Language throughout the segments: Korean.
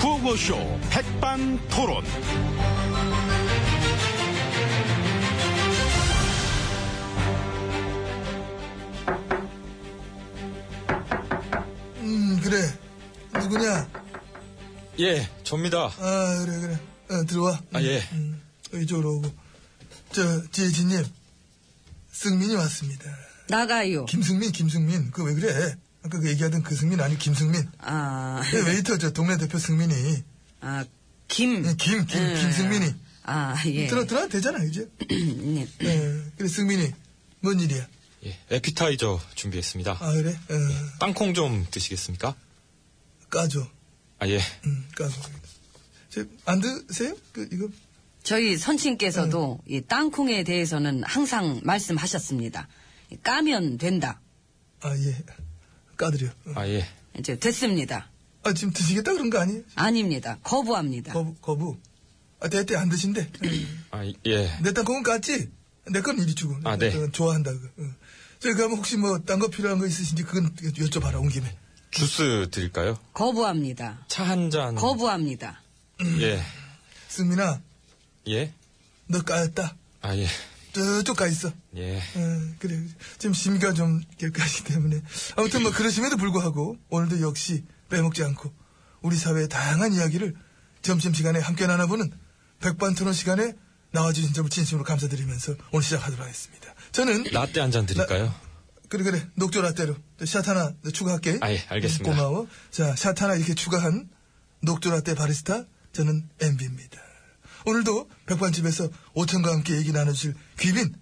라디오쇼 백반토론. 음, 그래. 누구냐? 예, 접니다. 아, 그래, 그래. 어, 들어와. 아, 예. 음, 이쪽으로 오고. 저, 지혜진님. 승민이 왔습니다. 나가요. 김승민, 김승민. 그 왜 그래? 아까 그 얘기하던 그 승민 아니 김승민. 아, 그 웨이터 저 동네 대표 승민이. 아, 김. 음, 김, 김, 김승민이. 아, 예. 들어, 들어, 되잖아, 이제. 네. 예, 그래, 승민이. 뭔 일이야? 예, 에피타이저 준비했습니다. 아, 그래? 어, 땅콩 좀 드시겠습니까? 까줘. 아, 예. 음, 까줘. 저, 안 드세요? 그, 이거. 저희 선친께서도 네. 이 땅콩에 대해서는 항상 말씀하셨습니다. 까면 된다. 아, 예. 까드려. 어. 아, 예. 이제 됐습니다. 아, 지금 드시겠다 그런 거 아니에요? 아닙니다. 거부합니다. 거부, 거부. 아, 대대 안 드신대. 아, 예. 내 땅콩은 깠지? 내 건 이리 주고. 아, 네. 그건 좋아한다, 그거. 응. 저기 가면 혹시 뭐, 딴 거 필요한 거 있으신지 그건 여쭤봐라, 온 김에. 주스 드릴까요? 거부합니다. 차 한 잔. 음. 거부합니다. 예. 승민아, 예? 너 까였다. 아, 예. 쭉쭉 가 있어. 예. 어, 그래. 그래. 지금 심기가 좀 격하기 때문에. 아무튼 뭐, 그러심에도 불구하고, 오늘도 역시 빼먹지 않고, 우리 사회의 다양한 이야기를 점심시간에 함께 나눠보는 백반 토론 시간에 나와주신 점을 진심으로 감사드리면서 오늘 시작하도록 하겠습니다. 저는. 라떼 한 잔 드릴까요? 그래 그래 녹조 라떼로 샷 하나 더 추가할게 아, 예, 알겠습니다. 고마워 자샷 하나 이렇게 추가한 녹조 라떼 바리스타 저는 MB입니다 오늘도 백반집에서 오천과 함께 얘기 나눠주실 귀빈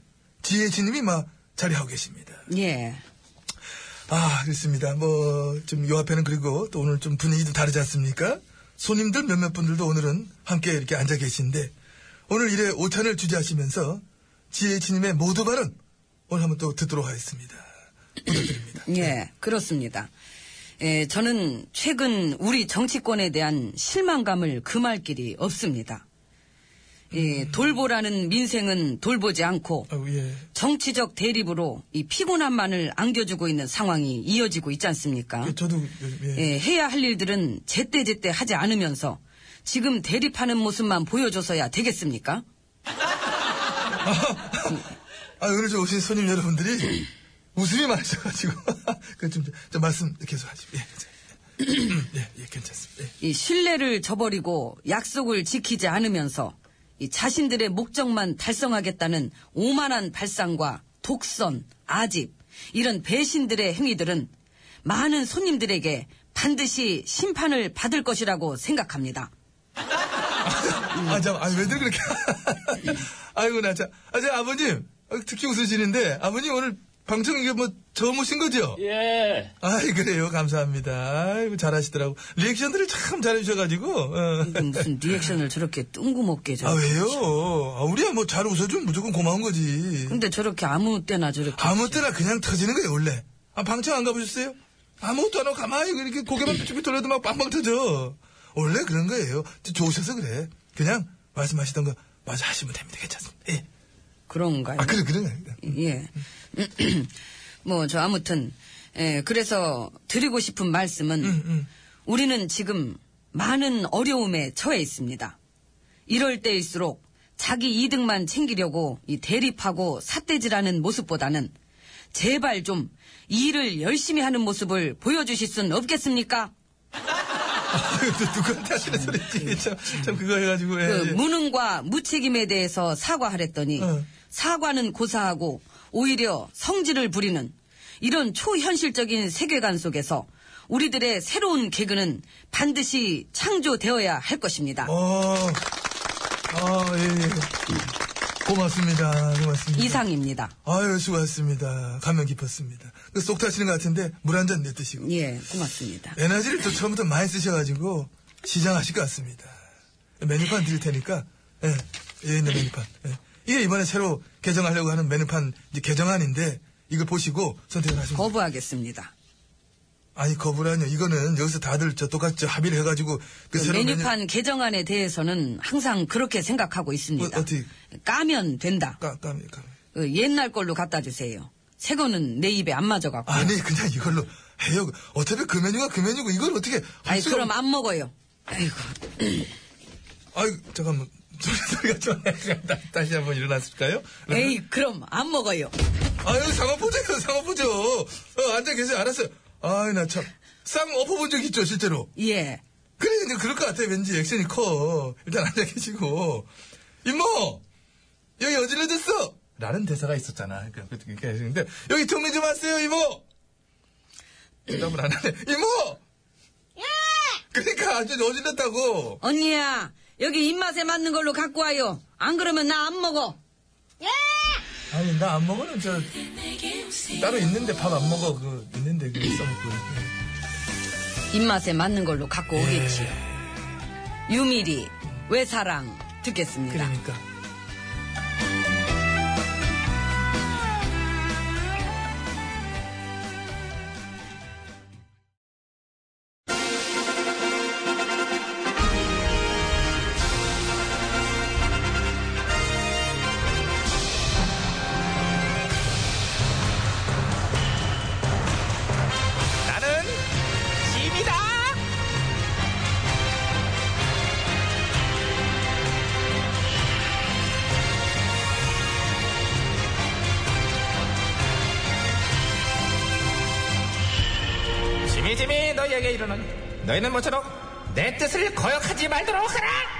지혜진님이 막 자리하고 계십니다 예. 아 그렇습니다 뭐 좀 요 앞에는 그리고 또 오늘 좀 분위기도 다르지 않습니까 손님들 몇몇 분들도 오늘은 함께 이렇게 앉아 계신데 오늘 일에 오찬을 주재하시면서 지혜진님의 모두 발언 오늘 한번 또 듣도록 하겠습니다 부탁드립니다 예, 그렇습니다. 예, 저는 최근 우리 정치권에 대한 실망감을 금할 길이 없습니다. 음. 예, 돌보라는 민생은 돌보지 않고 아우, 예. 정치적 대립으로 이 피곤함만을 안겨주고 있는 상황이 이어지고 있지 않습니까? 예, 저도 요즘, 예. 예, 해야 할 일들은 제때제때 하지 않으면서 지금 대립하는 모습만 보여줘서야 되겠습니까? 아, 오늘 저 오신 손님 여러분들이 웃음이 많으셔가지고. 그 좀, 좀 말씀 계속 하시고. 예, 예, 예, 예, 괜찮습니다. 예. 이 신뢰를 저버리고 약속을 지키지 않으면서 이 자신들의 목적만 달성하겠다는 오만한 발상과 독선, 아집 이런 배신들의 행위들은 많은 손님들에게 반드시 심판을 받을 것이라고 생각합니다. 아, 잠, 아, 왜들 그렇게. 아이고, 나, 자, 아, 자, 아버님. 어, 특히 웃으시는데, 아버님 오늘 방청 이게 뭐, 처음 오신 거죠? 예. 아이, 그래요. 감사합니다. 아이고, 잘하시더라고. 리액션들을 참 잘해주셔가지고. 어. 이게 무슨 리액션을 저렇게 뜬금없게 저. 아, 왜요? 아, 우리야 뭐 잘 웃어주면 무조건 고마운 거지. 근데 저렇게 아무 때나 저렇게 아무 때나 그냥 터지는 거예요, 원래. 아, 방청 안 가보셨어요? 아무것도 안 하고 가만히 이렇게 고개만 삐쭉삐 돌려도 막 빵빵 터져. 원래 그런 거예요. 저- 좋으셔서 그래. 그냥 말씀하시던 거 마저 하시면 됩니다. 괜찮습니다. 예. 그런가요? 아, 그래, 그런 거예요. 예. 뭐 저 아무튼 예, 그래서 드리고 싶은 말씀은 음. 우리는 지금 많은 어려움에 처해 있습니다. 이럴 때일수록 자기 이득만 챙기려고 이 대립하고 삿대질하는 모습보다는 제발 좀 일을 열심히 하는 모습을 보여주실 순 없겠습니까? 아유, 또 누구한테 하시는 소리지. 참, 참 그거 해가지고. 예, 그 예. 무능과 무책임에 대해서 사과하랬더니 어. 사과는 고사하고 오히려 성질을 부리는 이런 초현실적인 세계관 속에서 우리들의 새로운 개그는 반드시 창조되어야 할 것입니다. 어, 아, 예, 예. 고맙습니다. 고맙습니다. 이상입니다. 아유, 수고하셨습니다. 감명 깊었습니다. 그속 타시는 것 같은데, 물 한 잔 내드시고. 예, 고맙습니다. 에너지를 또 처음부터 많이 쓰셔가지고 시장하실 것 같습니다. 메뉴판 드릴 테니까 예, 여기 있는 메뉴판. 예. 이게 이번에 새로 개정하려고 하는 메뉴판 이제 개정안인데 이걸 보시고 선택을 하시면 돼요. 거부하겠습니다. 아니 거부라뇨. 이거는 여기서 다들 저 똑같이 합의를 해가지고 그 새로운 네, 메뉴판 개정안에 대해서는 항상 그렇게 생각하고 있습니다. 어, 어떻게- 까면 된다. 까, 까, 까. 어, 옛날 걸로 갖다 주세요. 새 거는 내 입에 안 맞아갖고. 아니 그냥 이걸로 해요. 어차피 그 메뉴가 그 메뉴고 이걸 어떻게 할 아니 수가 그럼 안 먹어요. 아이고, 아유, 잠깐만. 소리, 소리가 좀 나니까 다시 한번 일어났을까요? 에이, 그럼 안 먹어요. 아유, 상어포자요, 상어포죠. 어, 앉아 계세요, 알았어요. 아유, 나 참. 쌍 엎어본 적 있죠, 실제로. 예. 그래, 근데 그럴 것 같아. 왠지 액션이 커. 일단 앉아 계시고. 이모! 여기 어질러졌어! 라는 대사가 있었잖아. 그러니까, 그렇게 그렇게 하시는데, 여기 정리 좀 하세요, 이모! 대답을 안 하네. 이모! 그러니까 아주 어질렀다고. 언니야, 여기 입맛에 맞는 걸로 갖고 와요. 안 그러면 나 안 먹어. 아니, 나 안 먹어는 저, 따로 있는데 밥 안 먹어. 그, 있는데 그 써먹고. 입맛에 맞는 걸로 갖고 오겠지요. 유미리, 왜 사랑, 듣겠습니다. 그러니까. 나는 짐이다. 짐이 짐이 너희에게 이르는 너희는 모쪼록 내 뜻을 거역하지 말도록 하라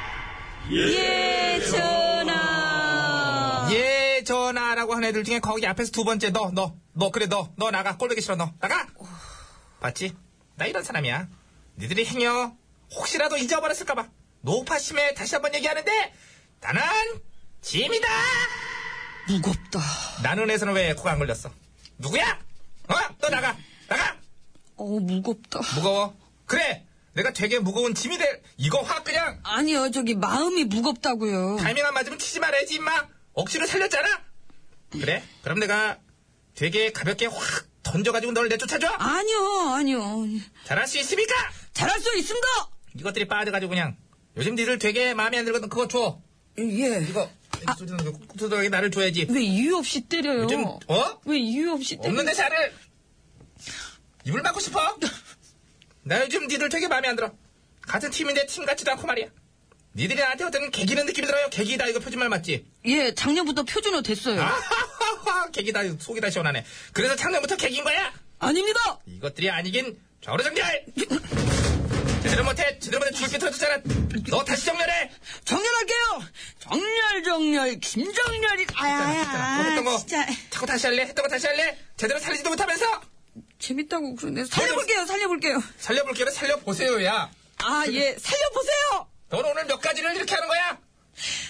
예, 전하. 예 전하라고 하는 애들 중에 거기 앞에서 두 번째 너 너 너 그래 너 너 나가 꼴보기 싫어 너 나가 봤지 나 이런 사람이야 니들이 행여 혹시라도 잊어버렸을까봐 노파심에 다시 한번 얘기하는데 나는 짐이다 무겁다. 나는 에서는 왜 코가 안 걸렸어 누구야 어너 나가 나가 어, 무겁다. 무거워 그래 내가 되게 무거운 짐이 될 이거 확 그냥 아니요, 저기 마음이 무겁다고요. 타이밍 안 맞으면 치지 말아야지 임마 억지로 살렸잖아 그래 그럼 내가 되게 가볍게 확 던져가지고 널 내쫓아줘 아니요, 아니요. 잘할 수 있습니까 잘할 수 있습니다. 이것들이 빠져가지고 그냥 요즘 니들 되게 마음에 안 들거든 그거 줘 예. 이거 소리 나는 거 꾹꾹하게 나를 줘야지 왜 이유 없이 때려요? 요즘 어? 왜 이유 없이 때려요? 없는데 살을 입을 막고 싶어 나 요즘 니들 되게 마음에 안 들어 같은 팀인데 팀 같지도 않고 말이야 니들이 나한테 어떤 개기는 느낌이 들어요 개기다 이거 표준말 맞지 예, 작년부터 표준어 됐어요. 아하하하 개기다 속이 다 시원하네 그래서 작년부터 개긴 거야 아닙니다. 이것들이 아니긴 좌우로 정렬! 제대로 못해! 제대로 못해! 줄게 터졌잖아! 너 다시 정렬해! 정렬할게요. 정렬 정렬 김정렬이 그러니까 했잖아. 뭐 아야야. 했던 거 진짜 자꾸 다시 할래? 했던 거 다시 할래? 제대로 살리지도 못하면서! 재밌다고 그러네. 살려볼게요. 살려볼게요. 살려볼게요. 살려보세요, 야! 아 예, 살려보세요. 너는 오늘 몇 가지를 이렇게 하는 거야?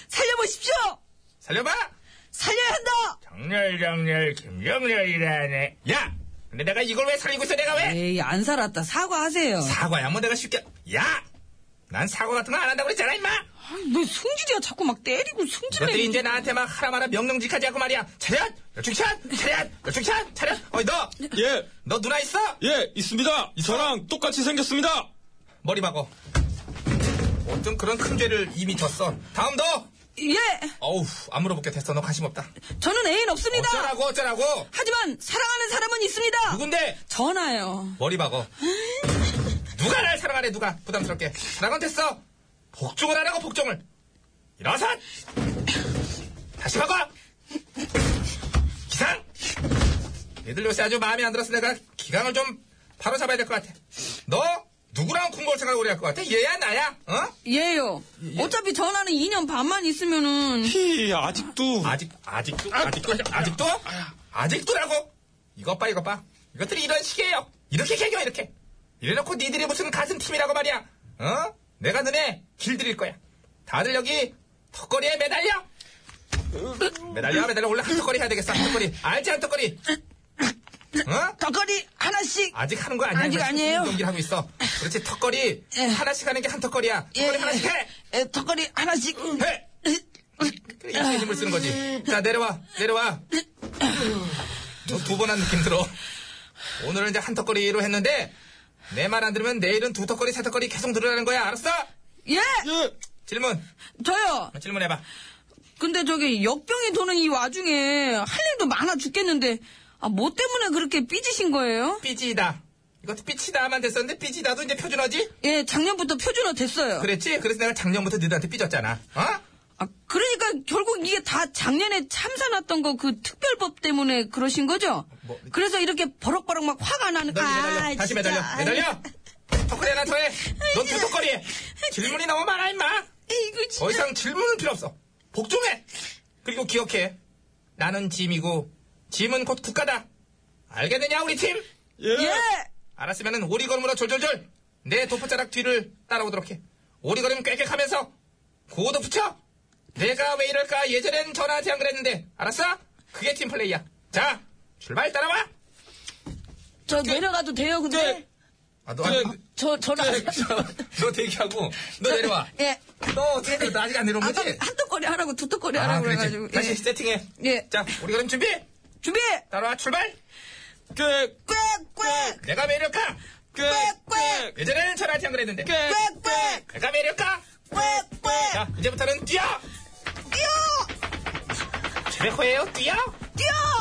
살려보십시오. 살려봐! 살려야 한다. 정렬, 정렬, 김정렬이라네. 야! 근데 내가 이걸 왜 살리고 있어, 내가 왜? 에이 안 살았다. 사과하세요. 사과야, 뭐 내가 쉽게. 야! 난 사과 같은 거 안 한다고 그랬잖아, 임마! 아니, 왜 승질이야 자꾸 막 때리고 승질내. 이것들이 이제 나한테 막 하라마라 명령직하지 않고 말이야. 차렷! 열중샷! 차렷! 열중샷! 차렷! 어이, 너! 예, 너 누나 있어? 예, 있습니다. 저랑 똑같이 생겼습니다. 머리 박어. 어떤 그런 큰 죄를 이미 졌어. 다음 너! 예, 어우, 안 물어볼게 됐어. 너 관심 없다. 저는 애인 없습니다. 어쩌라고, 어쩌라고! 하지만 사랑하는 사람은 있습니다. 누군데? 전화요. 머리 박어. 누가 날 사랑하래, 누가. 부담스럽게. 나건 됐어. 복종을 하라고, 복종을. 일어서! 다시 박어! 기상! 애들 요새 아주 마음에 안 들어서 내가 기강을 좀 바로 잡아야 될 것 같아. 너 누구랑 궁궐 생각을 오래 할 것 같아? 얘야, 나야? 어? 예요. 어차피 전화는 2년 반만 있으면은 히, 아직도. 아직 아직도 아직도 아직도 아직도라고 이것 봐 이것 봐 이것들이 이런 식이에요 이렇게 개겨 이렇게 이래놓고 니들이 무슨 가슴 팀이라고 말이야 어 내가 눈에 길들일 거야 다들 여기 턱걸이에 매달려 매달려 매달려 올라 한 턱걸이 해야 되겠어 한 턱걸이 알지 한 턱걸이 어 덕거리 하나씩 아직 하는 거 아니야 아직 아니에요. 연기를 하고 있어 그렇지 턱걸이 예. 하나씩 하는 게 한 턱걸이야 턱걸이 하나씩 해 음, 예, 턱걸이 하나씩. 예? 해! 그래, 이렇게 힘을 쓰는 거지. 자, 내려와, 내려와. 두 번 한 느낌 들어. 오늘은 이제 한 턱거리로 했는데, 내 말 안 들으면 내일은 두 턱거리, 세 턱거리 계속 늘어나는 거야. 알았어? 예, 예, 질문, 어, 저요. 질문해봐. 근데 저기 역병이 도는 이 와중에 할 일도 많아 죽겠는데 아, 뭐 때문에 그렇게 삐지신 거예요? 삐지다. 이것도 삐치다만 됐었는데 삐지다도 이제 표준어지? 예, 작년부터 표준어 됐어요. 그랬지? 그래서 내가 작년부터 너희들한테 삐졌잖아. 어? 아, 그러니까 결국 이게 다 작년에 참사 났던 거 그 특별법 때문에 그러신 거죠? 뭐. 그래서 이렇게 버럭버럭 막 화가 나는 아, 널 매달려. 다시 진짜. 아, 매달려. 매달려. 토크리 하나 더해. 넌 투톱거리. 질문이 너무 많아 임마. 아이고, 진짜. 더 이상 질문은 필요 없어. 복 좀 해. 그리고 기억해. 나는 짐이고 짐은 곧 국가다. 알겠느냐 우리 팀? 예. 알았으면은 오리걸음으로 졸졸졸 내 도포자락 뒤를 따라오도록 해. 오리걸음 꽥꽥하면서 고도 붙여. 내가 왜 이럴까 예전엔 전화하지 안 그랬는데 알았어? 그게 팀 플레이야. 자 출발 따라와. 저그 내려가도 돼요, 근데? 아, 너, 그래, 저, 저는 아직- 너 대기하고 네. 너 내려와. 예. 너 어떻게 너 아직 안 내려온 아까 거지? 한턱거리 하라고 두턱거리 하라고 그렇지. 그래가지고. 다시 예. 세팅해. 예. 자, 우리 그럼 준비. 준비! 따라와 출발. 꽥, 꽥! 내가 매력가. 꽥, 꽥, 예전에는 전화하지 안 그랬는데. 꽥, 꽥! 꽥! 내가 매력가. 꽥! 꽥! 자, 이제부터는 뛰어. 뛰어! 최백호예요. 뛰어. 뛰어!